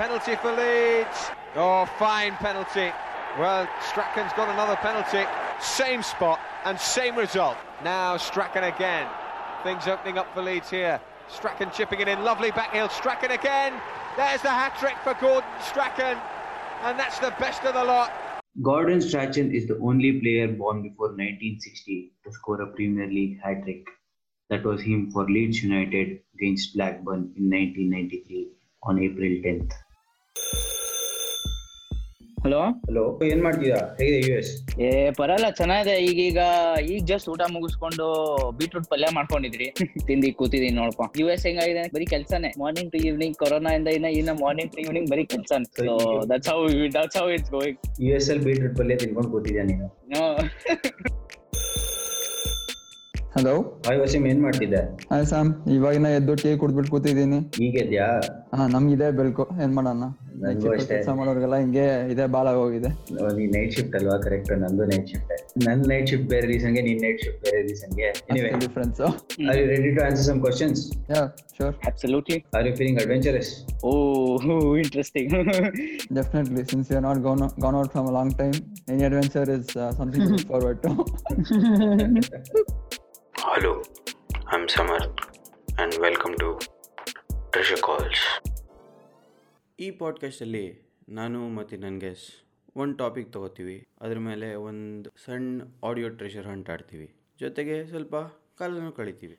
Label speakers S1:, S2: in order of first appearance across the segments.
S1: Penalty for Leeds. Oh, fine penalty. Well, Strachan's got another penalty. Same spot and same result. Now Strachan again. Things opening up for Leeds here. Strachan chipping it in. Lovely back heel. Strachan again. There's the hat trick for Gordon Strachan. And that's the best of the lot.
S2: Gordon Strachan is the only player born before 1960 to score a Premier League hat trick. That was him for Leeds United against Blackburn in 1993 on April 10th.
S3: Hello
S4: hello ಏನ್ ಮಾಡ್ತಿದ್ಯಾ ಹೇಗಿದೆ U S
S3: ಏ ಪರಲ್ಲ ಚೆನ್ನಾಗಿದೆ ಈಗೀಗ ಈಗ just ಊಟ ಮುಗಿಸ್ಕೊಂಡು ಬೀಟ್ರೂಟ್ ಪಲ್ಯ ಮಾಡ್ಕೊಂಡಿದ್ರಿ ತಿಂದಿ ಕೂತಿದೀನಿ ನೋಡ್ಕೊ ಯು ಎಸ್ ಹೆಂಗಾಗಿದೆ ಬರೀ ಕೆಲ್ಸನೇ ಮಾರ್ನಿಂಗ್ ಟು ಈವ್ನಿಂಗ್ ಕೊರೋನಾ ಇಂದ ಇನ್ನ ಇನ್ನ ಮಾರ್ನಿಂಗ್ ಟು ಈವ್ನಿಂಗ್ ಬರೀ ಕೆಲ್ಸನೇ so that's how that's how it's going
S4: U S ಅಲ್ಲಿ ಬೀಟ್ರೂಟ್ ಪಲ್ಯ ತಿನ್ಕೊಂಡು ಕೂತಿದ್ಯಾ ನೀನು
S5: ಹಲೋ
S4: ಹಾಯ್ ವಸೀಮ್ ಏನ್ ಮಾಡ್ತಿದ್ದೆ
S5: ಹಾಯ್ ಸ್ಯಾಮ್ ಇವಾಗಿನ ಎದ್ದು ಟೀ ಕುಡ್ಬಿಟ್ಟು ಕೂತಿದ್ದೀನಿ
S4: ಈಗ ಎದ್ಯಾ
S5: ಹಾ ನಮ್ಗೆ ಇದೇ ಬೆಳಕು ಏನ್ ಮಾಡೋಣ
S4: ನನ್ಗೂ ಅಷ್ಟೇ.
S5: ಕೆಲಸ ಮಾಡೋರ್ಗೆಲ್ಲ ಹಿಂಗೆ ಇದೇ ಬಾಳ ಹೋಗಿದೆ
S4: ನೀ ನೈಟ್ ಶಿಫ್ಟ್ ಅಲ್ವಾ ಕರೆಕ್ಟ್ ನಂದು ನೈಟ್ ಶಿಫ್ಟ್ ನನ್ ನೈಟ್ ಶಿಫ್ಟ್ ಬೇರೆ ರೀಸನ್ಗೆ ನಿನ್ ನೈಟ್ ಶಿಫ್ಟ್ ಬೇರೆ ರೀಸನ್ಗೆ anyway
S5: difference
S4: are you ready to answer some questions
S5: yeah sure
S3: absolutely
S4: are you feeling adventurous
S3: oh interesting
S5: definitely since you not gone gone out from long time any adventure is something forward to
S6: Hello, I'm Samarth, and welcome to Treasure Calls. ಈ ಪಾಡ್ಕಾಸ್ಟಲ್ಲಿ ನಾನು ಮತ್ತು ನನ್ನ guess ಒಂದು topic ತಗೋತೀವಿ ಅದ್ರ ಮೇಲೆ ಒಂದು ಸಣ್ಣ ಆಡಿಯೋ ಟ್ರೆಷರ್ ಹಂಟ್ ಆಡ್ತೀವಿ ಜೊತೆಗೆ ಸ್ವಲ್ಪ ಕಾಲನೂ ಕಳಿತೀವಿ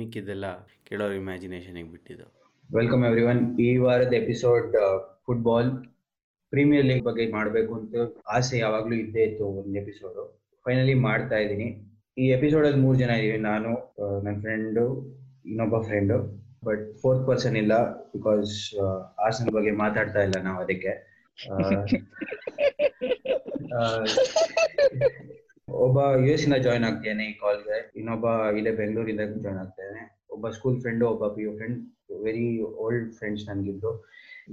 S6: ಮಿಕ್ಕಿದ್ದೆಲ್ಲ ಕೆಲವ್ರ ಇಮ್ಯಾಜಿನೇಷನಿಗೆ ಬಿಟ್ಟಿದ್ದು
S4: ವೆಲ್ಕಮ್ ಎವ್ರಿ ಒನ್ ಈ ವಾರದ uh, episode football premier league ಬಗ್ಗೆ ಮಾಡಬೇಕು ಅಂತ ಆಸೆ ಯಾವಾಗ್ಲೂ ಇದ್ದೇ ಇತ್ತು ಒಂದು ಎಪಿಸೋಡ್ ಫೈನಲಿ ಮಾಡ್ತಾ ಇದ್ದೀನಿ ಈ ಎಪಿಸೋಡ್ ಅಲ್ಲಿ ಮೂರು ಜನ ಇದೀವಿ ನಾನು ಆ, ನನ್ನ ಫ್ರೆಂಡು ಇನ್ನೊಬ್ಬ ಫ್ರೆಂಡು ಬಟ್ ಫೋರ್ತ್ ಪರ್ಸನ್ ಇಲ್ಲ ಬಿಕಾಸ್ ಆಸನ ಬಗ್ಗೆ ಮಾತಾಡ್ತಾ ಇಲ್ಲ ನಾವು ಅದಕ್ಕೆ ಆ, ಆ, ಒಬ್ಬ ಯು ಎಸ್ ಇಂದ ಜಾಯ್ನ್ ಆಗ್ತೇನೆ ಈ ಕಾಲ್ಗೆ ಇನ್ನೊಬ್ಬ ಇಲ್ಲೇ ಬೆಂಗಳೂರಿಂದ ಜಾಯ್ನ್ ಆಗ್ತೇನೆ ಒಬ್ಬ ಸ್ಕೂಲ್ ಫ್ರೆಂಡು ಒಬ್ಬ P U friend very old friends ನನ್ಗಿದ್ರು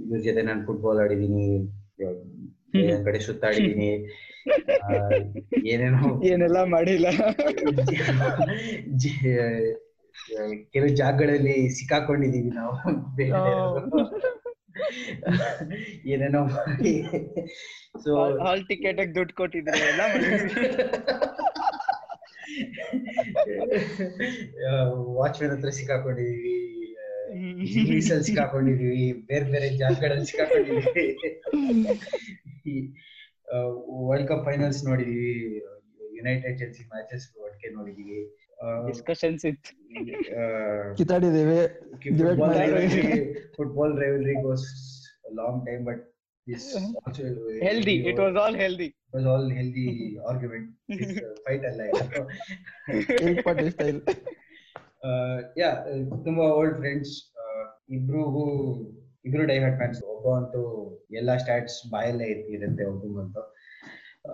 S4: ಇವ್ರ ಜೊತೆ ನಾನು ಫುಟ್ಬಾಲ್ ಆಡಿದೀನಿ ಬೇರೆ ಕಡೆ ಸುತ್ತಾಡಿದೀನಿ ಆ, ಏನೇನೋ
S3: ಏನೆಲ್ಲ ಮಾಡಿಲ್ಲ
S4: ಜ- ಕೆಲವು ಜಾಗಗಳಲ್ಲಿ ಸಿಕ್ಕಾಕೊಂಡಿದೀವಿ ನಾವು ಬೇರೆ ಬೇರೆ. ಏನೇನೋ ಮಾಡಿ ಸೊ
S3: ಹಾಲ್ ಟಿಕೆಟ್ ದುಡ್ಡು ಕೊಟ್ಟಿದ್ರೆ ಎಲ್ಲ
S4: ವಾಚ್ಮನ್ ಹತ್ರ ಸಿಕ್ಕಾಕೊಂಡಿದೀವಿ ಇಂಗ್ಲಿಷ್ ಅಲ್ಲಿ ಸಿಕ್ಕಾಕೊಂಡಿದೀವಿ ಬೇರೆ ಬೇರೆ ಜಾಗಗಳಲ್ಲಿ ಸಿಕ್ಕಾಕೊಂಡಿದೀವಿ ವರ್ಲ್ಡ್ ಕಪ್ ಫೈನಲ್ಸ್ ನೋಡಿದೀವಿ ಯುನೈಟೆಡ್ ಜೆನ್ಸಿ ಮ್ಯಾಚಸ್ ಒಟ್ಟಿಗೆ ನೋಡಿದೀವಿ ಆ,
S3: ಡಿಸ್ಕಶನ್ಸ್ ಇತ್ತು
S4: ಆ,
S5: ಕಿತಾಡಿದೀವಿ Debate
S4: ಫುಟ್ಬಾಲ್
S5: ಮಾಡಿದ್ವಿ.
S4: rivalry- football rivalry goes long time but this also
S3: healthy it was all healthy
S4: was all healthy argument fight ಅಲ್ಲ ಇದು.
S5: ಏಕ್ ಪಟ್ಟಿ ಸ್ಟೈಲ್
S4: ಯಾ ತುಂಬಾ ಓಲ್ಡ್ ಫ್ರೆಂಡ್ಸ್ ಇಬ್ರಿಗೂ ಇಬ್ರು ಡೈಹರ್ಟ್ ಫ್ಯಾನ್ಸ್ ಒಬ್ಬ ಅಂತೂ ಎಲ್ಲಾ ಸ್ಟಾಟ್ಸ್ ಬಾಯಲ್ಲೇ ಇರುತ್ತೆ ಒಬ್ಬಂತೂ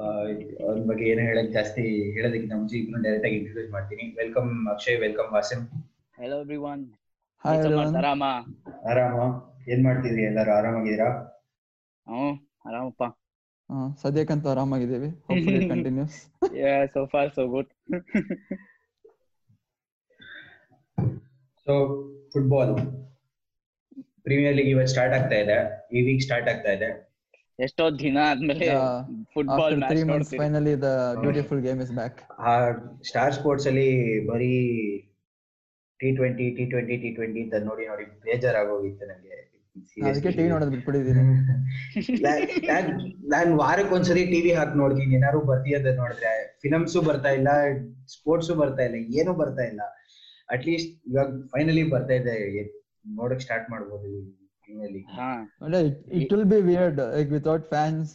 S4: Uh, ಅವ್ರ ಬಗ್ಗೆ ಏನು ಹೇಳಕ್ ಜಾಸ್ತಿ ಹೇಳೋದಕ್ಕೆ ನಮ್ಮ ಇಬ್ರು ಡೈರೆಕ್ಟ್ ಆಗಿ ಇಂಟ್ರೊಡ್ಯೂಸ್ ಮಾಡ್ತೀನಿ welcome Akshay welcome Wasim
S3: hello every one
S5: hi
S3: ಆರಾಮ
S4: ಆರಾಮ ಏನ್ ಮಾಡ್ತಿದ್ರಿ ಎಲ್ಲರೂ ಆರಾಮಾಗಿದ್ದೀರಾ
S3: ಹ್ಞೂ ಆರಾಮಪ್ಪ
S5: ಸದ್ಯಕ್ಕಂತೂ ಆರಾಮಾಗಿದ್ದೀವಿ continues
S3: Yeah, so far so good.
S4: So football premier league ಇವತ್ತು ಸ್ಟಾರ್ಟ್ ಆಗ್ತಾ ಇದೆ ಈ ವೀಕ್ ಸ್ಟಾರ್ಟ್ ಆಗ್ತಾ ಇದೆ
S3: ಎಷ್ಟೋ ದಿನ ಆದ್ಮೇಲೆ
S5: Yeah,
S3: football
S5: after three
S3: match
S5: months
S3: ನೋಡ್ತೀವಿ
S5: finally the beautiful game is back
S4: ಆ ಸ್ಟಾರ್ ಸ್ಪೋರ್ಟ್ಸ್ ಅಲ್ಲಿ ಬರೀ T twenty T twenty T twenty ಅಂತ ನೋಡಿ ನೋಡಿ ಬೇಜಾರಾಗೋಗಿತ್ತು ನಂಗೆ
S5: ಅದಕ್ಕೆ ಟಿವಿ ನೋಡೋದು ಬಿಟ್ಬಿಟ್ಟಿದ್ದೀನಿ
S4: ನಾನು ವಾರಕ್ಕೆ ಒಂದ್ಸರಿ ಟಿವಿ ಹಾಕಿ ನೋಡ್ತೀನಿ ಏನಾದ್ರು ಬರ್ತೀಯದ ನೋಡಿದ್ರೆ ಫಿಲಮ್ಸು ಬರ್ತಾ ಇಲ್ಲ ಸ್ಪೋರ್ಟ್ಸು ಬರ್ತಾ ಇಲ್ಲ ಏನು ಬರ್ತಾ ಇಲ್ಲ ಅಟ್ಲೀಸ್ಟ್ ಇವಾಗ ಫೈನಲಿ ಬರ್ತಾ ಇದೆ ಎ- ನೋಡಕ್ ಸ್ಟಾರ್ಟ್ ಮಾಡ್ಬೋದು ಪ್ರೀಮಿಯರ್ ಲೀಗ್
S3: ಹಾ
S5: ಅಂದ್ರೆ it will be weird like without fans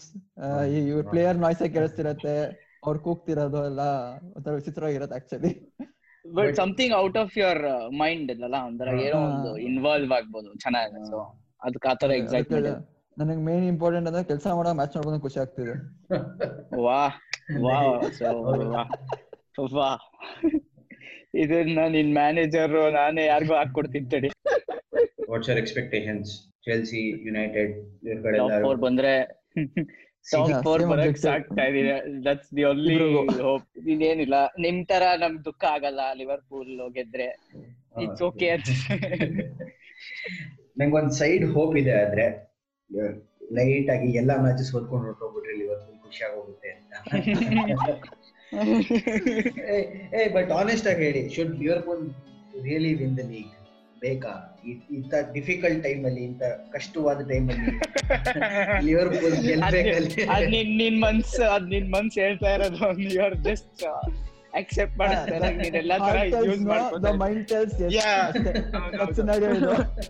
S5: ಇವ್ರ ಪ್ಲೇಯರ್ ನಾಯ್ಸ್ ಕೇಳಿಸ್ತಿರತ್ತೆ ಅವ್ರು ಕೂಗ್ತಿರೋದು ಎಲ್ಲ ಒಂಥರ ವಿಚಿತ್ರವಾಗಿರತ್ತೆ actually
S3: but something out of your mind ಅಲ್ಲ uh, ಒಂಥರ ಏನೋ ಒಂದು ಇನ್ವಾಲ್ವ್ ಆಗ್ಬೋದು ಚೆನ್ನಾಗಿ ಸೊ ಅದಕ್ಕೆ ಆತರ ಎಕ್ಸೈಟ್ಮೆಂಟ್
S5: ನನಗೆ ಮೇನ್ ಇಂಪಾರ್ಟೆಂಟ್ ಅಂದ್ರೆ ಕೆಲಸ ಮಾಡೋ ಮ್ಯಾಚ್ ನೋಡ್ಕೊಂಡು ಖುಷಿ ಆಗ್ತಿದೆ
S3: ವಾ ವಾ ಸೊ ವಾ ಇದನ್ನ ನಿನ್ ಮ್ಯಾನೇಜರ್ ನಾನೇ ಯಾರಿಗೂ ಹಾಕೊಡ್ತೀನಿ ತಡಿ
S4: what's our expectations Chelsea United ಇವ್ರ ಕಡೆ
S3: ಟಾಪ್ ಫೋರ್ ಬಂದ್ರೆ ಟಾಪ್
S5: Yeah,
S3: ಫೋರ್
S5: same
S3: ಬರಕ್
S5: objective.
S3: ಸಾಕ್ತಾ ಇದೀನಿ ದಟ್ಸ್ ದಿ ಒನ್ಲಿ ಹೋಪ್ ಇನ್ನೇನಿಲ್ಲ ನಿಮ್ ತರ ನಮ್ ದುಃಖ ಆಗಲ್ಲ ಲಿವರ್ಪೂಲ್ ಗೆದ್ರೆ
S4: Ah, Oh,
S3: ಇಟ್ಸ್ ಓಕೆ ಅಂತ
S4: ನಂಗೊಂದ್ ಸೈಡ್ ಹೋಪ್ ಇದೆ ಆದ್ರೆ ಲೈಟ್ ಆಗಿ ಎಲ್ಲಾ ಮ್ಯಾಚಸ್ ಓದ್ಕೊಂಡು ಹೊರಟೋಗ್ಬಿಟ್ರಿ ಇವತ್ತು ಖುಷಿ ಆಗೋಗುತ್ತೆ ಅಂತ ಏ ಬಟ್ ಆನೆಸ್ಟ್ ಆಗಿ ಹೇಳಿ should Liverpool really win the league ಬೇಕಾ ಇ- ಇಂಥ ಡಿಫಿಕಲ್ಟ್ ಟೈಮ್ ಅಲ್ಲಿ ಇಂಥ ಕಷ್ಟವಾದ ಟೈಮ್ ಅಲ್ಲಿ ಲಿವರ್ಪೂಲ್ ಗೆಲ್ಬೇಕಲ್ಲಿ
S3: ಅದ್ ನಿನ್ ನಿನ್ ಮನ್ಸ್ ಅದ್ ನಿನ್ ಮನ್ಸ್ ಹೇಳ್ತಾ ಇರೋದು ಯು ಆರ್ ಜಸ್ಟ್ ಅಕ್ಸೆಪ್ಟ್ ಮಾಡ್ತಾರೆ ನೀನ್ ಎಲ್ಲಾ ತರ ಯೂಸ್ ಮಾಡ್ಕೊಂಡ್ರೆ
S5: ಮೈಂಡ್ ಟೆಲ್ಸ್
S3: Yeah.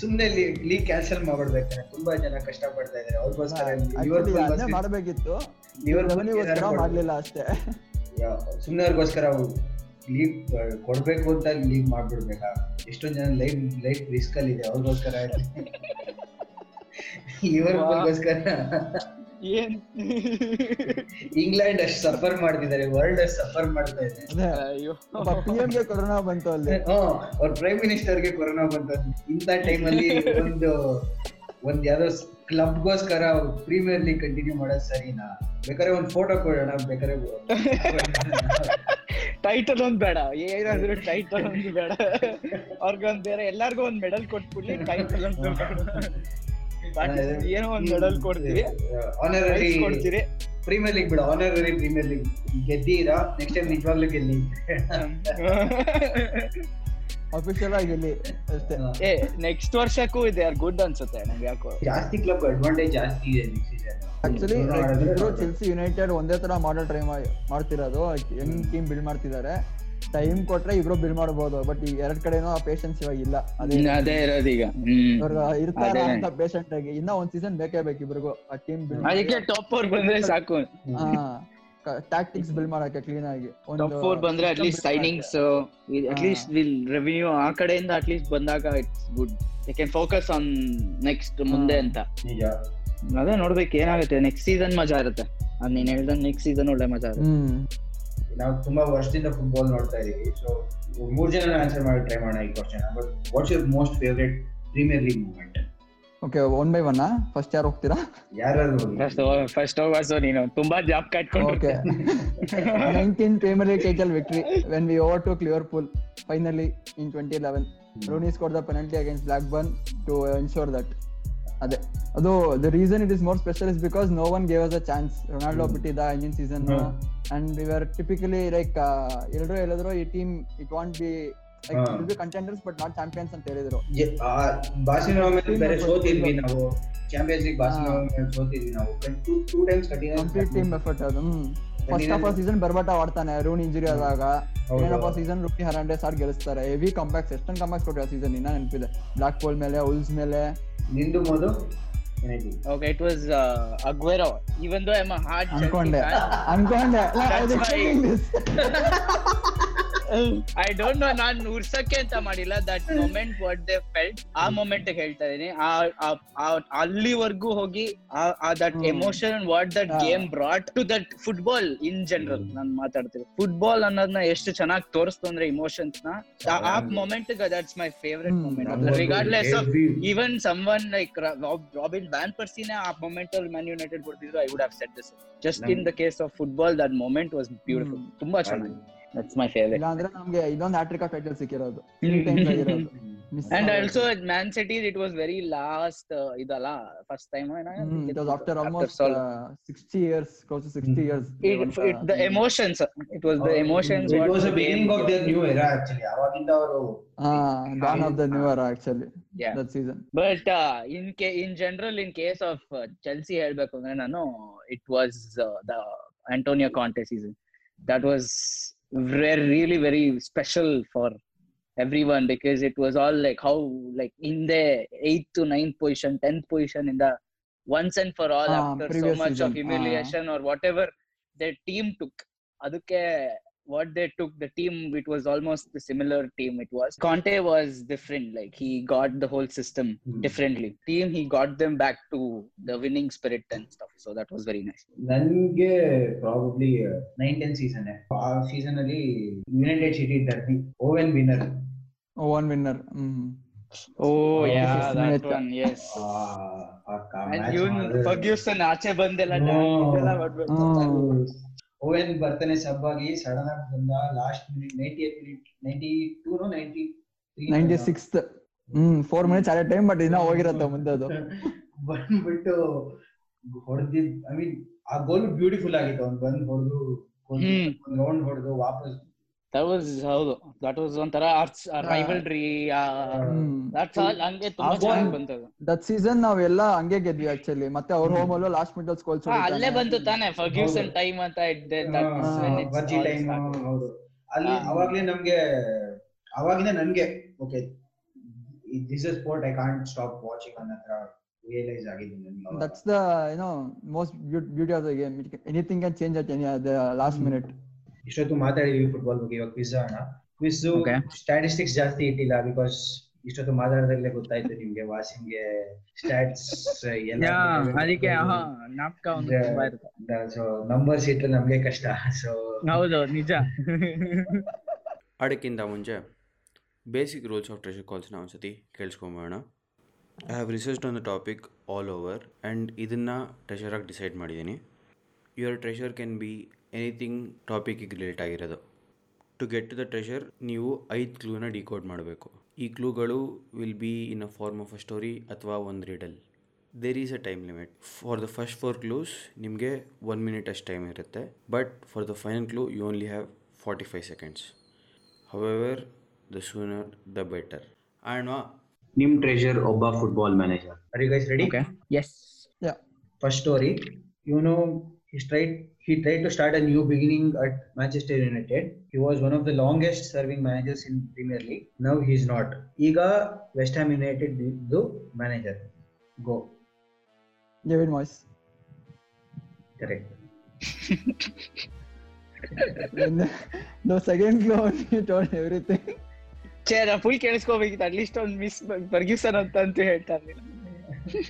S4: ಸುಮ್ನೆ ಲೀಗ್ ಕ್ಯಾನ್ಸಲ್ ಮಾಡ್ಬೇಕಾದ್ರೆ ತುಂಬಾ ಜನ ಕಷ್ಟ ಪಡ್ತಾ ಇದಾರೆ ಅವ್ರಿಗೋಸ್ಕರ ಲಿವರ್ಪೂಲ್
S5: ಮಾಡಬೇಕಿತ್ತು
S4: ಲಿವರ್ಪೂಲ್
S5: ಧೋನಿ
S4: ಏನಾದ್ರು
S5: ಗೋಸ್ಕರ
S4: ಕೊಡು.
S5: ಮಾಡ್ಲಿಲ್ಲ ಅಷ್ಟೇ
S4: ಸುಮ್ನೆ ಅವ್ರಿಗೋಸ್ಕರ ಲೀಗ್ ಕೊಡ್ಬೇಕು ಅಂತ ಲೀಗ್ ಮಾಡ್ಬಿಡ್ಬೇಕಾ ಎಷ್ಟೊಂದ್ ಜನ ಲೈಫ್ ಲೈಫ್ ರಿಸ್ಕ್ ಅಲ್ಲಿ ಇದೆ ಅವ್ರಿಗೋಸ್ಕರ ಲಿವರ್ಪೂಲ್ಗೋಸ್ಕರ
S3: ಏನ್
S4: ಇಂಗ್ಲೆಂಡ್ ಅಷ್ಟು ಸಫರ್ ಮಾಡ್ತಿದ್ದಾರೆ ವರ್ಲ್ಡ್ ಅಷ್ಟು ಸಫರ್ ಮಾಡ್ತಾ ಇದೆ
S5: ಅದೇ
S3: ಅಯ್ಯೋ
S5: ಪಿ ಎಂ ಗೆ ಕೊರೋನಾ ಬಂತು ಅಲ್ಲಿ
S4: ಹ್ಮ್, ಅವ್ರ ಪ್ರೈಮ್ ಮಿನಿಸ್ಟರ್ಗೆ ಕೊರೋನಾ ಬಂತ ಇಂಥ ಟೈಮ್ ಅಲ್ಲಿ ಒಂದು ಒಂದ್ ಯಾವ್ದೋ ಕ್ಲಬ್ಗೋಸ್ಕರ ಪ್ರೀಮಿಯರ್ ಲೀಗ್ ಕಂಟಿನ್ಯೂ ಮಾಡೋದು ಸರಿನಾ ಬೇಕಾದ್ರೆ ಒಂದ್ ಫೋಟೋ ಕೊಡೋಣ ಬೇಕಾದ್ರೆ
S3: ಟೈಟಲ್ ಒಂದ್ ಬೇಡ ಏನಾದ್ರು ಟೈಟಲ್ ಒಂದು ಬೇಡ ಅವ್ರಿಗೊಂದ್ ಬೇರೆ ಎಲ್ಲಾರ್ಗೂ ಒಂದ್ ಮೆಡಲ್ ಕೊಟ್ಬಿಡ್ಲಿ ಟೈಟಲ್ ಒಂದು ಬೇಡ ಪಾಕಿಸ್ತಾನ ಏನೋ ಒಂದ್ ಮೆಡಲ್ ಕೊಡ್ತೀವಿ
S4: ಆನರರಿ
S3: prize ಕೊಡ್ತೀರಿ
S4: ಪ್ರೀಮಿಯರ್ ಲೀಗ್ ಬಿಡ ಆನರರಿ ಪ್ರೀಮಿಯರ್ ಲೀಗ್ ಗೆದ್ದೀರಾ ನೆಕ್ಸ್ಟ್ ಟೈಮ್ ನಿಜವಾಗ್ಲೂ ಗೆಲ್ಲಿ
S5: ಅಫಿಷಿಯಲ್ ಆಗಿ ಇಲ್ಲಿ ಅಷ್ಟೇ
S3: ಏ ನೆಕ್ಸ್ಟ್ ವರ್ಷಕ್ಕೂ ಇದೆ ಯಾರು ಗುಡ್ ಅನ್ಸುತ್ತೆ ನಂಗೆ ಯಾಕೋ
S4: ಜಾಸ್ತಿ ಕ್ಲಬ್ ಅಡ್ವಾಂಟೇಜ್ ಜಾಸ್ತಿ ಇದೆ ನೆಕ್ಸ್ಟ್ ಸೀಸನ್
S5: ಆಕ್ಚುಲಿ ಇಬ್ರು ಚೆಲ್ಸಿ ಯುನೈಟೆಡ್ ಒಂದೇ ತರ ಮಾಡೋ ಟ್ರೈ ಮಾಡ್ತಿರೋದು ಯಂಗ್ ಟೀಮ್ ಬಿಲ್ಡ್ ಮಾಡ್ತಿದ್ದಾರೆ ಟೈಮ್ ಕೊಟ್ರೆ ಇಬ್ರು ಬಿಲ್ಡ್ ಮಾಡಬಹುದು ಬಟ್ ಈ ಎರಡ್ ಕಡೆನೂ ಪೇಷನ್ಸ್ ಇವಾಗ ಇಲ್ಲ ಅದೇ
S3: ಅದೇ ಇರೋದೀಗ ಹ್ಮ್
S5: ಇವ್ರಿಗೆ ಇರ್ತಾರ
S3: ಅದೇ.
S5: ಅಂತ ಪೇಷಂಟ್ ಆಗಿ ಇನ್ನ ಒಂದ್ ಸೀಸನ್ ಬೇಕೇ ಬೇಕು ಇಬ್ರಿಗೂ ಆ ಟೀಮ್ ಬಿಲ್ಡ್
S3: ಅದಕ್ಕೆ ಟಾಪ್ ಫೋರ್ ಬಂದ್ರೆ ಸಾಕು
S5: ಟ್ಯಾಕ್ಟಿಕ್ಸ್ ಬಿಲ್ಡ್ ಮಾಡಕ್ಕೆ ಕ್ಲೀನ್ ಆಗಿ
S3: ಟಾಪ್ ಫೋರ್ ಬಂದ್ರೆ at least signings at least will revenue ಆ ಕಡೆಯಿಂದ ಅಟ್ಲೀಸ್ಟ್ ಬಂದಾಗ it's good they can focus on next ಮುಂದೆ ಅಂತ
S4: ನಿಜ
S3: ಅದೇ ನೋಡ್ಬೇಕು ಏನಾಗುತ್ತೆ ನೆಕ್ಸ್ಟ್ ಸೀಸನ್ ಮಜಾ ಇರುತ್ತೆ ಅದ್ ನೀನ್ ಹೇಳ್ದ ನೆಕ್ಸ್ಟ್ ಸೀಸನ್ ಒಳ್ಳೆ ಮಜಾ ಇರುತ್ತೆ
S5: ಹ್ಮ್
S4: ನಾವು ತುಂಬಾ ವರ್ಷದಿಂದ ಫುಟ್ಬಾಲ್ ನೋಡ್ತಾ ಇದೀವಿ ಸೊ ಮೂರ್ ಜನ ಆನ್ಸರ್ ಮಾಡಿ ಟ್ರೈ ಮಾಡೋಣ ಈ question but what's your most favourite premier league moment
S5: okay one by one first ಯಾರು ಹೋಗ್ತೀರಾ
S4: ಯಾರು
S3: ಫಸ್ಟ್ ಫಸ್ಟ್ ಓವರ್ಸ್ ನೀನು ತುಂಬಾ ಜಾಬ್ ಕಟ್ಕೊಂಡು
S5: okay nineteen premier league title victory when we overtook Liverpool finally in twenty eleven Rooney score the penalty against Blackburn to ensure that ಅದೇ ಅದು the reason it is more special is because no one gave us a chance Ronaldo ಬಿಟ್ಟಿದ್ದ ಇಂಜಿನ್ season
S4: hmm.
S5: And we are typically like ಎಲ್ಲರೂ ಹೇಳಿದ್ರು ಈ team it won't be
S4: ಹಾ.
S5: Like be contenders but not champions ಅಂತ ಹೇಳಿದ್ರು
S4: Barcelona ಮೇಲೆ ಬೇರೆ ಸೋತಿದ್ವಿ ನಾವು ಚಾಂಪಿಯನ್ಸ್ ಲೀಗ್ ಬಾರ್ಸಿಲೋನಾ ಮೇಲೆ ಸೋತಿದ್ವಿ ನಾವು two two times
S5: complete team effort ಅದು ಫಸ್ಟ್ ಆಫ್ ಆ ಸೀಸನ್ ಬರ್ಬಾಟ ಆಡ್ತಾನೆ ರೂನ್ ಇಂಜುರಿ ಆದಾಗ
S4: ಹೌದು.
S5: ಆಫ್ ಆ ಸೀಸನ್ ರುಕಿ ಹರಾಂಡ್ರೆಸ್ ಆರ್ ಗೆಲ್ಲಿಸ್ತಾರೆ ಹೆವಿ ಕಂಬ್ಯಾಕ್ಸ್ ಎಷ್ಟೊಂದು ಕಂಬ್ಯಾಕ್ಸ್ ಕೊಟ್ಟಿರೋ ಸೀಸನ್ ಇನ್ನ ನೆನಪಿದೆ ಬ್ಲಾಕ್ ಪೋಲ್ ಮೇಲೆ ಉಲ್ಸ್ ಮೇಲೆ
S4: ನಿಂದು ಮೋದು
S3: okay it was Aguero even though I am hard
S5: ಅನ್ಕೊಂಡೆ ಅನ್ಕೊಂಡೆ I was
S3: That's why-
S5: expecting this.
S3: I don't know ನಾನ್ ಉರ್ಸಕ್ಕೆ ಅಂತ ಮಾಡಿಲ್ಲ that moment what they felt ಆ ಮೊಮೆಂಟ್ ಹೇಳ್ತಾ ಇದೀನಿ ಆ- ಆ- ಆ- ಅಲ್ಲಿವರೆಗೂ ಹೋಗಿ ಆ- ಆ that
S5: hmm.
S3: Emotion what that
S5: ಹಾ.
S3: Game brought to that football in general ನಾನ್ ಮಾತಾಡ್ತೀನಿ ಫುಟ್ಬಾಲ್ ಅನ್ನೋದನ್ನ ಎಷ್ಟು ಚೆನ್ನಾಗಿ ತೋರಿಸ್ತು ಅಂದ್ರೆ ಇಮೋಷನ್ಸ್ ನ ಆ- ಆ moment that's my favourite
S5: hmm.
S3: Moment regardless of even some one like Robin van ಪರ್ಸಿನೇ ಆ ಮೊಮೆಂಟ್ ಅಲ್ಲಿ ಮ್ಯಾನ್ ಯುನೈಟೆಡ್ ಕೊಡ್ತಿದ್ರು I would have set this just in the case of football that moment was beautiful
S5: ಹ್ಮ್.
S3: ತುಂಬಾ ಚೆನ್ನಾಗಿ that's my favourite
S5: ಇಲ್ಲ ಅಂದ್ರೆ ನಮ್ಗೆ ಇದೊಂದು ಹ್ಯಾಟ್ರಿಕ್ ಆಫ್ ಟೈಟಲ್ ಸಿಕ್ಕಿರೋದು Three times ಆಗಿರೋದು. Miss
S4: uh,
S3: ಅಂಡ್
S5: ಆಗಿರೋದು.
S3: Also Man City it was very last ಇದಲ್ಲ first time
S5: hmm, Hmm, it was after almost uh, 60 years close to 60 years
S3: the emotions it was
S4: Oh,
S3: the emotions
S4: it was beginning of there new era actually ಅವಾಗಿಂದ ಅವರು
S5: ಹಾ gone of the new year actually
S3: Yeah.
S5: That season
S3: but in ಕೆ in general in case of Chelsea uh, ಹೇಳ್ಬೇಕು ಅಂದ್ರೆ ನಾನು uh, it was the Antonio Conte season that was really very special for every one because it was all like how like ಹಿಂದೆ eighth to ninth position tenth position ಇಂದ once and for all
S5: Ah,
S3: after so
S5: previous
S3: much of
S5: season. Ah.
S3: Humiliation or whatever the team took ಅದಕ್ಕೆ what they took the team it was almost the similar team it was conte was different like he got the whole system
S4: Hmm.
S3: differently team he got them back to the winning spirit and stuff so that was very nice
S4: ನನ್ಗೆ uh, probably nine ten season ಆ season ಅಲ್ಲಿ United City derby Owen winner
S5: one winner hmm
S3: oh
S4: yeah, Oh,
S5: yes, that Smith.
S3: one yes and you ferguson ಆಚೆ ಬಂದೆಲ್ಲ
S4: No.
S3: dance ಇದೆಲ್ಲ ಮಾಡ್ಬೇಕು.
S4: oh. Oven ಬರ್ತಾನೆ ಸಬ್ ಆಗಿ sudden ಆಗಿ ಬಂದ last minute ninety minute ninety two ninety
S5: 96th ಹ್ಮ್ four minutes ಆಡೋ time but ಇನ್ನ ಹೋಗಿರತ್ತ ಮುಂದೆ ಅದು
S4: ಬಂದ್ಬಿಟ್ಟು ಹೊಡೆದಿದ್ ಐ ಮೀನ್ ಆ ಗೋಲ್ ಬ್ಯೂಟಿಫುಲ್ ಆಗಿತ್ತು ಅವ್ನು ಬಂದ್ ಹೊಡೆದು
S3: ಹ್ಮ್.
S4: ರೌಂಡ್ ಹೊಡೆದು ವಾಪಸ್
S3: ದಟ್ ವಾಸ್ ಹೌದು ದಟ್ ವಾಸ್ ಒಂಥರ arts rivalry uh,
S5: hmm
S3: that's all ಹಂಗೆ ತುಂಬಾ
S4: ಆ
S3: ಚೆನ್ನಾಗಿ
S4: ball-
S3: ಬಂತದು
S5: ದಟ್ ಸೀಸನ್ ನಾವೆಲ್ಲ ಹಂಗೆ ಗೆದ್ವಿ ಆಕ್ಚುಲಿ ಮತ್ತೆ ಅವ್ರ ಹೋಮ್ ಅಲ್ಲೂ ಲಾಸ್ಟ್ ಮಿನಿಟ್ ಅಲ್ಲಿ ಸ್ಕೋಲ್
S3: ಹಾ, ಅಲ್ಲೇ ಬಂತು ತಾನೆ ಫಾರ್ ಗಿವ್ಸ್
S4: ಹೌದು.
S3: ಅಂಡ್ ಟೈಮ್ ಅಂತ ಇದ್ದೆ
S4: uh, ಬಜ್ಜಿ ಟೈಮ್ ಹೌದು ಅಲ್ಲಿ
S3: ಹಾ.
S4: ಅವಾಗ್ಲೇ ನಮ್ಗೆ ಅವಾಗಿನ ನನ್ಗೆ okay this is sport I can't stop watching ಅನ್ನೋ ಹತ್ರ ರಿಯಲೈಸ್ ಆಗಿದ್ದೀನಿ ನನ್ಗೆ ಅವಾಗ.
S5: ದಟ್ಸ್ ದ ಏನೋ most beauty of the game anything can change at any last minute
S4: ಇಷ್ಟೊತ್ತು ಮಾತಾಡಿದೀವಿ ಫುಟ್ಬಾಲ್ ಬಗ್ಗೆ ಇವಾಗ ಕ್ವಿಜ್ ಅಣ್ಣ ಕ್ವಿಜ್
S3: Okay.
S4: ಸ್ಟ್ಯಾಟಿಸ್ಟಿಕ್ಸ್ ಜಾಸ್ತಿ ಇಟ್ಟಿಲ್ಲ ಬಿಕಾಸ್ ಇಷ್ಟೊತ್ತು ಮಾತಾಡೋದಾಗ್ಲೇ ಗೊತ್ತಾಯ್ತು ನಿಮ್ಗೆ ವಾಸಿಂಗೆ ಸ್ಟ್ಯಾಟ್ಸ್
S3: ನಾಪ್ಕ
S4: ಒಂದು ತುಂಬಾ ಸೊ ನಂಬರ್ಸ್ ಇಟ್ಟರೆ ನಮ್ಗೆ ಕಷ್ಟ ಸೊ
S3: ಹೌದೌದು ನಿಜ
S6: ಅದಕ್ಕಿಂತ ಮುಂಚೆ ಬೇಸಿಕ್ ರೂಲ್ಸ್ ಆಫ್ ಟ್ರೆಷರ್ ಕಾಲ್ಸ್ನ ಒಂದ್ಸತಿ ಕೇಳಿಸ್ಕೊಂಬೋಣ I have research on the topic all over and ಇದನ್ನು ಟ್ರೆಷರಾಗಿ ಡಿಸೈಡ್ ಮಾಡಿದ್ದೀನಿ your treasure can be anything ಟಾಪಿಕಿಗೆ ರಿಲೇಟ್ ಆಗಿರೋದು to get to the treasure ನೀವು ಐದು ಕ್ಲೂನ ಡಿಕೋಡ್ ಮಾಡಬೇಕು ಈ ಕ್ಲೂಗಳು will be in a form of a story ಅಥವಾ ಒಂದು riddle there is a time limit for the first four clues ನಿಮಗೆ ಒನ್ ಮಿನಿಟ್ ಅಷ್ಟು ಟೈಮ್ ಇರುತ್ತೆ but for the final clue you only have forty five seconds however the sooner the better and uh,
S2: ನಿಮ್ treasure ಒಬ್ಬ football manager
S4: are you guys ready
S3: yes
S4: first story ಇವನು he tried he tried to start a new beginning at Manchester United. He was one of the longest serving managers in Premier League. Now he is not. ಈಗ West Ham United ಇದ್ದು manager ಗೋ
S5: David Moyes
S4: correct
S5: no second glow told everything
S3: ಚೇರ full ಕೇಳಿಸ್ಕೋಬೇಕಿತ್ತು at least ಒಂದು miss ಬರ್ಗಿಸನ್ ಅಂತ ಅಂತ ಹೇಳ್ತಾ ಇರ್ಲಿಲ್ಲ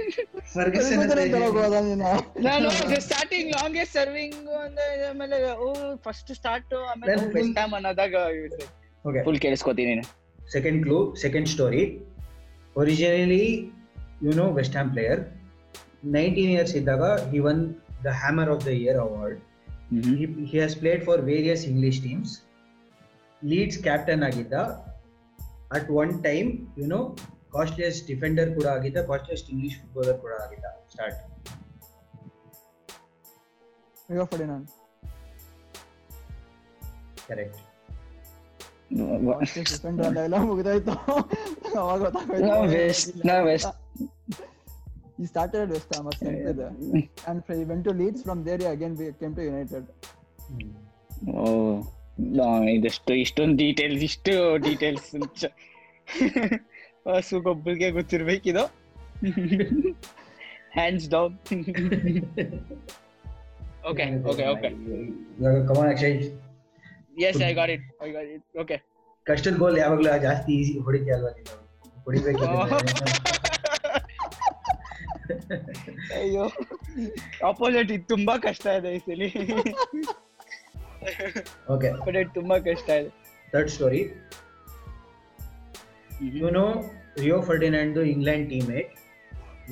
S3: ನಾನು ಸ್ಟಾರ್ಟಿಂಗ್ ಲಾಂಗೆಸ್ಟ್ ಸರ್ವಿಂಗ್ ಅಂದ್ರೆ ಆಮೇಲೆ ಓ ಫಸ್ಟ್ ಸ್ಟಾರ್ಟ್ ಆಮೇಲೆ
S4: Then full-
S3: ಬೆಸ್ಟ್ ಟೈಮ್ ಅನ್ನೋದಾಗ
S4: Okay.
S3: ಫುಲ್ ಕೇಳಿಸ್ಕೋತೀನಿ ನೀನು
S4: Second clue, second story. Originally, you know, West Ham player. 19 years Idaga, he won the Hammer of the Year award. He, he has played for various English teams. Leeds captain Agida. At one time, you know, costliest defender Kuda Agida, costliest English footballer Kuda Agida. Start. Correct.
S3: ನಾವ್ West ನಾವ್ West
S5: He started at West Ham, or something there. and he went to Leeds. From there, he again be- came to United.
S3: ಓ ನಾ ಇದಷ್ಟು ಇಷ್ಟೊಂದು details ಇಷ್ಟು details ಸುಗೊಬ್ಬರಿಗೆ ಗೊತ್ತಿರ್ಬೇಕಿದು hands down okay okay okay
S4: ಇವಾಗ come on, Akshay.
S3: Yes I got it I got it okay
S4: ಕಷ್ಟದ goal ಯಾವಾಗ್ಲೂ ಜಾಸ್ತಿ ಈಸಿ ಹೊಡಿತೀಯ ಅಲ್ವಾ ನೀನು ಹೊಡಿಬೇಕು
S3: ಅಯ್ಯೋ ಅಪೋಸಿಟ್ ಇದು ತುಂಬಾ ಕಷ್ಟ ಇದೆ ಈ ಸಲಿ
S4: ಓಕೆ
S3: ಅಪೋಸಿಟ್ ತುಂಬಾ ಕಷ್ಟ ಇದೆ
S4: ಥರ್ಡ್ ಸ್ಟೋರಿ ಇವನು ರಿಯೋ ಫರ್ಡಿನಾಂಡ್ದು England teammate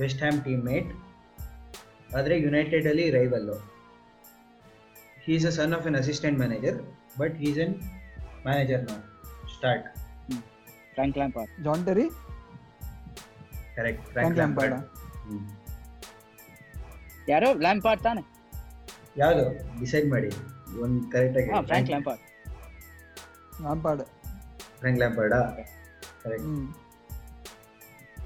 S4: West Ham teammate ಆದರೆ ಯುನೈಟೆಡ್ ಅಲ್ಲಿ rival he's a son of an assistant manager but he's an manager no start
S3: Frank Lampard
S5: John Terry,
S4: correct
S5: Frank Lampard.
S3: ಯಾರೋ ಲ್ಯಾಂಪಾರ್ಡ್ ತಾನೆ
S4: ಯಾವುದು ಡಿಸೈಡ್ ಮಾಡಿ ಒಂದು correct ಆಗಿ
S3: ಹಾ Frank Lampard
S5: Lampard.
S4: Frank Lampard correct
S5: hmm.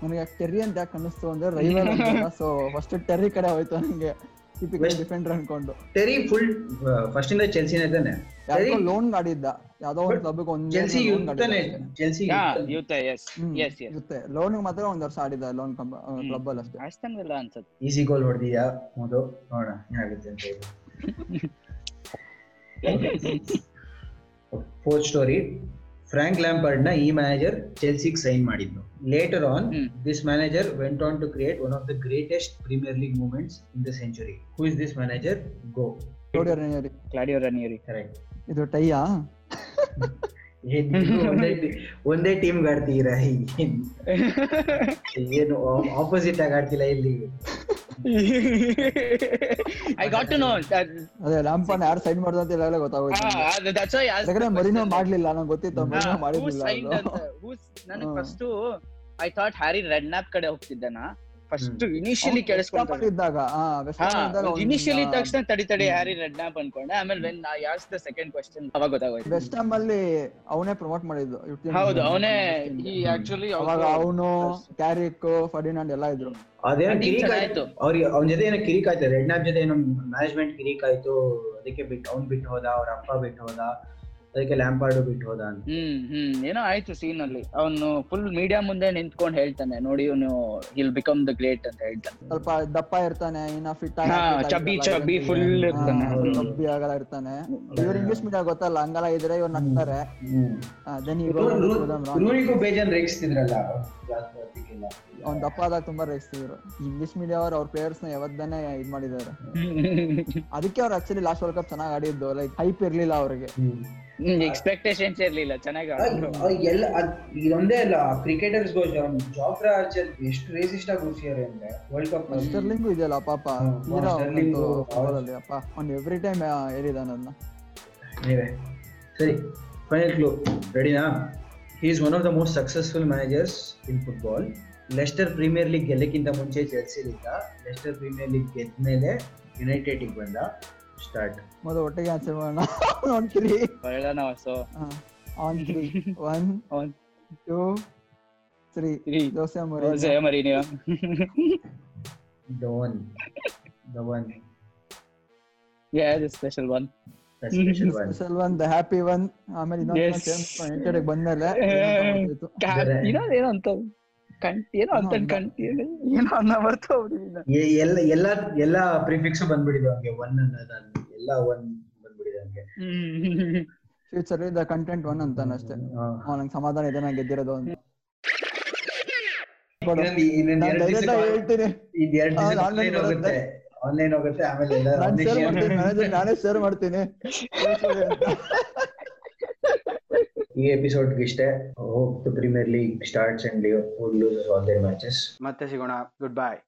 S5: ನನಗೆ Terry ಅಂತ ಯಾಕೆ ಅನ್ನಿಸ್ತು ಅಂದ್ರೆ ರೈವಲ್ ಅಂತ ಸೊ ಫಸ್ಟ್ ಟೆರ್ರಿ ಕಡೆ ಹೋಯ್ತು ನನಗೆ ಟಿಪಿಕಲ್
S4: West-
S5: ಡಿಫೆಂಡರ್ ಅನ್ಕೊಂಡು
S4: ಟೆರಿ ಫುಲ್ ಫಸ್ಟ್ uh, ಇಂದ ಚೆಲ್ಸಿನ ತಾನೆ
S5: ಯಾಕೋ
S4: Terry-
S5: ಲೋನ್ ಆಡಿದ್ದ ಯಾವ್ದೋ ಒಂದು
S4: But
S5: ಕ್ಲಬ್ ಒಂದು
S4: ಚೆಲ್ಸಿ ಯುದ್ಧನೇ ಚೆಲ್ಸಿ
S3: ಹಾ
S4: ಯುದ್ಧ.
S3: ಯೂತ ಎಸ್ ಎಸ್ ಎಸ್
S5: ಇರುತ್ತೆ ಲೋನ್ ಮಾತ್ರ ಒಂದ್ ವರ್ಷ ಆಡಿದ ಲೋನ್ ಕ್ಲಬ್ ಅಲ್ಲಿ ಅಷ್ಟೇ
S3: ಆಸ್ತನ್ ಇಲ್ಲ ಅನ್ಸುತ್ತೆ
S4: ಈಸಿ ಗೋಲ್ ಹೊಡೆದಿಯಾ ಹೌದು ನೋಡೋಣ ಏನಾಗುತ್ತೆ ಅಂತ ಹೇಳಿ ಫೋರ್ತ್ ಸ್ಟೋರಿ ಫ್ರಾಂಕ್ ಲ್ಯಾಂಪರ್ಡ್ ನ ಈ ಮ್ಯಾನೇಜರ್ ಚೆಲ್ಸಿಗ್ ಸೈನ್ ಮಾಡಿದ್ನು later on
S3: hmm.
S4: This manager went on to create one of the greatest premier league moments in the century who is this manager go
S5: Claudio Ranieri.
S3: Claudio Ranieri
S4: correct
S5: ಇದು ಟೈಯಾ
S4: ಒಂದೇ ಒಂದೇ team ಆಡ್ತೀರಾ ಏನ್- ಏನು opposite ಆಗಿ ಆಡ್ತಿಲ್ಲ ಇಲ್ಲಿ
S3: I got to know
S5: ಅದೇ ಲ್ಯಾಂಪನ್ ಯಾರು ಸೈನ್ ಮಾಡ್ದಂತ ಈಗಾಗಲೇ ಗೊತ್ತಾಗೋಯ್ತು ನನಗೆ.
S3: ದಟ್ಸ್ ವೈ
S5: ಯಾಕಂದ್ರೆ ಮರಿನೋ ಮಾಡ್ಲಿಲ್ಲ ನಂಗೆ ಗೊತ್ತಿತ್ತು ಮರಿನೋ ಮಾಡಿರ್ಲಿಲ್ಲ ಅದು.
S3: ನನಗೆ first I thought Harry Redknapp ಕಡೆ ಹೋಗ್ತಿದ್ದಾನ ಫಸ್ಟ್ ಇನಿಷಿಯಲಿ ಕೇಳಿಸ್ಕೊಂಡ್ರೆ
S5: ಇದ್ದಾಗ ಹಾ
S3: ಹಾ
S5: ವೆಸ್ಟರ್ನ್ ಇದ್ದಾಗ ಅವ್ನು
S3: ಇನಿಷಿಯಲಿ
S5: ಇನ್ನ-
S3: ತಕ್ಷಣ ತಡಿ ತಡಿ
S5: ಹ್ಮ್.
S3: ಹ್ಯಾರಿ ರೆಡ್ನಾಪ್ ಅನ್ಕೊಂಡೆ ಆಮೇಲೆ when I ask the second question ಅವಾಗ ಗೊತ್ತಾಗೋಯ್ತು
S5: ವೆಸ್ಟ್ ಹ್ಯಾಮ್ ಅಲ್ಲಿ ಅವನೇ ಪ್ರಮೋಟ್ ಮಾಡಿದ್ದು ಇವ್ಟಿಂದ.
S3: ಹೌದು ಅವನೇ ಈ
S5: ಹ್ಮ್.
S3: ಆಕ್ಚುಲಿ
S5: ಅವಾಗ ಅವನು ಕ್ಯಾರಿಕ್ ಫರ್ಡಿನಾಂಡ್ ಎಲ್ಲ ಇದ್ರು
S4: ಅದೇನೋ
S3: ಅದೇ
S4: ಕಿರಿಕ್
S3: ಚೆನ್ನಾಗಿತ್ತು.
S4: ಆಯ್ತು ಅವ್ರಿಗೆ ಅವ್ನ ಜೊತೆ ಏನೋ ಕಿರಿಕ್ ಆಯ್ತು ರೆಡ್ ನಾಪ್ ಜೊತೆ ಏನೋ ಮ್ಯಾನೇಜ್ಮೆಂಟ್ ಕಿರಿಕ್ ಆಯ್ತು ಅದಕ್ಕೆ ಬಿಟ್ಟು ಅವ್ನ್ ಬಿಟ್ಟು ಹೋದ ಅವ್ರ ಅಪ್ಪ ಬಿಟ್ಟು ಹೋದ ಅದಕ್ಕೆ ಲ್ಯಾಂಪಾರ್ಡು ಬಿಟ್ಟು ಹೋದ ಅಂತ
S3: ಹ್ಮ್ ಹ್ಮ್ ಏನೋ ಆಯ್ತು ಸೀನ್ ಅಲ್ಲಿ ಅವನು ಫುಲ್ ಮೀಡಿಯಾ ಮುಂದೆ ನಿಂತ್ಕೊಂಡ್ ಹೇಳ್ತಾನೆ ನೋಡಿ ಇವನು ಹಿಲ್ ಬಿಕಮ್ ದ ಗ್ರೇಟ್ ಅಂತ ಹೇಳ್ತಾನೆ
S5: ಸ್ವಲ್ಪ ದಪ್ಪ ಇರ್ತಾನೆ ಇನ್ನ ಫಿಟ್
S3: ಹಾ, ಚಬ್ಬಿ, ಚಬ್ಬಿ, full ಇರ್ತಾನೆ. ಹ್ಮ್.
S5: ಚಬ್ಬಿ ಆಗಲ್ಲ ಇರ್ತಾನೆ ಇವ್ರು ಇಂಗ್ಲಿಷ್ ಮೀಡಿಯಂ ಗೊತ್ತಲ್ಲ ಹಂಗಲ್ಲ ಇದ್ರೆ ಇವ್ರು ನಗ್ತಾರೆ ದೆನ್
S4: ರೂನಿಗೂ ಬೇಜಾನ್ ರೇಗಿಸ್ತಿದ್ರಲ್ಲ
S5: ಅವ್ನ್ ದಪ್ಪ ಆದಾಗ ತುಂಬಾ ರೇಗಿಸ್ತಿದ್ರು ಇಂಗ್ಲಿಷ್ ಮೀಡಿಯಂ ಅವ್ರು ಅವ್ರ ಪ್ಲೇಯರ್ಸ್ ನ ಯಾವತ್ತನೇ ಇದ್ ಮಾಡಿದಾರೆ ಅದಕ್ಕೆ ಅವ್ರು ಆಕ್ಚುಲಿ ಲಾಸ್ಟ್ ವರ್ಲ್ಡ್ ಕಪ್ ಚೆನ್ನಾಗಿ ಆಡಿದ್ದು ಲೈಕ್ ಹೈಪ್ ಇರ್ಲಿಲ್ಲ ಅವ್ರಿಗೆ
S3: ಎಕ್ಸ್ಪೆಕ್ಟೇಷನ್ಸ್ ಇರ್ಲಿಲ್ಲ ಚೆನ್ನಾಗಿ
S4: ಎಲ್ಲ ಅದ್- ಇದೊಂದೇ ಅಲ್ಲ ಕ್ರಿಕೆಟರ್ಸ್ ಜಾಫ್ರಾ ಆರ್ಚರ್ ಎಷ್ಟು ರೇಸಿಸ್ಟ್ ಆಗಿ ಕೂರ್ಸಿದ್ದಾರೆ ಅಂದ್ರೆ ವರ್ಲ್ಡ್ ಕಪ್
S5: ಸ್ಟರ್ಲಿಂಗು ಇದೆಯಲ್ಲ ಪಾಪ
S4: ಹ್ಮ್,
S5: ತೀರಾ
S4: ಸ್ಟರ್ಲಿಂಗು
S5: ಅವ್ನಂತೂ football ಅಲ್ಲಿ ಅಪ್ಪ ಅವ್ನು ಎವ್ರಿ ಟೈಮ್ ಹೇಳಿದಾನ ಅದನ್ನ
S4: ಸರಿ ಫೈನಲ್ ಕ್ಲೂ ರೆಡಿನಾ he is one of the most successful managers in football Leicester premier league ಗೆಲ್ಲಕ್ಕಿಂತ ಮುಂಚೆ ಜೆರ್ಸಿಲಿದ್ದ ಲೆಸ್ಟರ್ ಪ್ರೀಮಿಯರ್ ಲೀಗ್ ಗೆದ್ದ ಮೇಲೆ ಯುನೈಟೆಡ್ಗೆ ಬಂದ ಸ್ಟಾರ್ಟ್
S5: ಮೊದಲು ಒಟ್ಟಿಗೆ ಆಚೆ ಮಾಡೋಣ ಒನ್ ತ್ರೀ
S3: ಬರೋಣ ಹೊಸು
S5: on three one
S3: On.
S5: Two three
S3: Three.
S5: Dosa ಮುರಿ
S3: ಮರಿ ನೀವು
S4: the one the one
S3: special one
S4: special one
S5: special one the happy one ಆಮೇಲೆ
S3: Yes.
S5: ಇನ್ನೊಂದು ಕಡೆಗೆ ಬಂದ್ಮೇಲೆ
S4: ಬೇರೆ.
S3: ಇನ್ನೊಂದ್ ಏನೋ ಅಂತ ಕಂಟಿ ಏನೋ ಅಂತ
S5: ಹೌದಾ?
S3: ಕಂಟಿ ಏನೋ ಅನ್ನ ಬರ್ತಾ ಹೋಗ್ಬಿಟ್ಟಿದ್ದೀನಿ ನಾನು.
S4: ಎ- ಎಲ್ಲ ಎಲ್ಲ ಎಲ್ಲ ಪ್ರಿಫಿಕ್ಸ್ ಬಂದ್ಬಿಡಿದೆ ಅವ್ನಿಗೆ ಒನ್ ಅನ್ನೋದು ಎಲ್ಲ ಒನ್ ಬಂದ್ಬಿಡಿದೆ ಅವ್ನಿಗೆ
S3: ಹ್ಮ್.
S5: ಫ್ಯೂಚರ್ ದ ಕಂಟೆಂಟ್ ಒನ್ ಅಂತಾನೆ ಅಷ್ಟೇ
S4: ಹಾ.
S5: ಅವನಿಗೆ ಸಮಾಧಾನ ಇದೆ ನಂಗೆ ಗೆದ್ದಿರೋದು ಅಂತ
S4: ಇನ್ನೊಂದ್- ಇನ್ನೊಂದ್
S5: ನಾನ್
S4: ಎರಡ್
S5: ಧೈರ್ಯದ
S4: ದಿವ್ಸಕ್ಕೆ-
S5: ಹೇಳ್ತೀನಿ
S4: ಇನ್ನ್ ಎರಡ್ ದಿವ್ಸಕ್ಕೆ
S5: ಹೌದು, online
S4: online ಹೋಗುತ್ತೆ ಆನ್ಲೈನ್ ಹೋಗುತ್ತೆ ಆಮೇಲೆ ಎಲ್ಲ
S5: ನಾನು
S4: ಒಂದೇ
S5: ಶೇರ್
S4: share
S5: ಮಾಡ್ತೀನಿ manager ನಾನೇ ಶೇರ್ ಮಾಡ್ತೀನಿ
S4: ಈ ಎಪಿಸೋಡ್ ಇಷ್ಟೇ तो hope to premier league starts and leave would lose all their matches
S6: ಮತ್ತೆ ಸಿಗೋಣ ಗುಡ್ ಬಾಯ್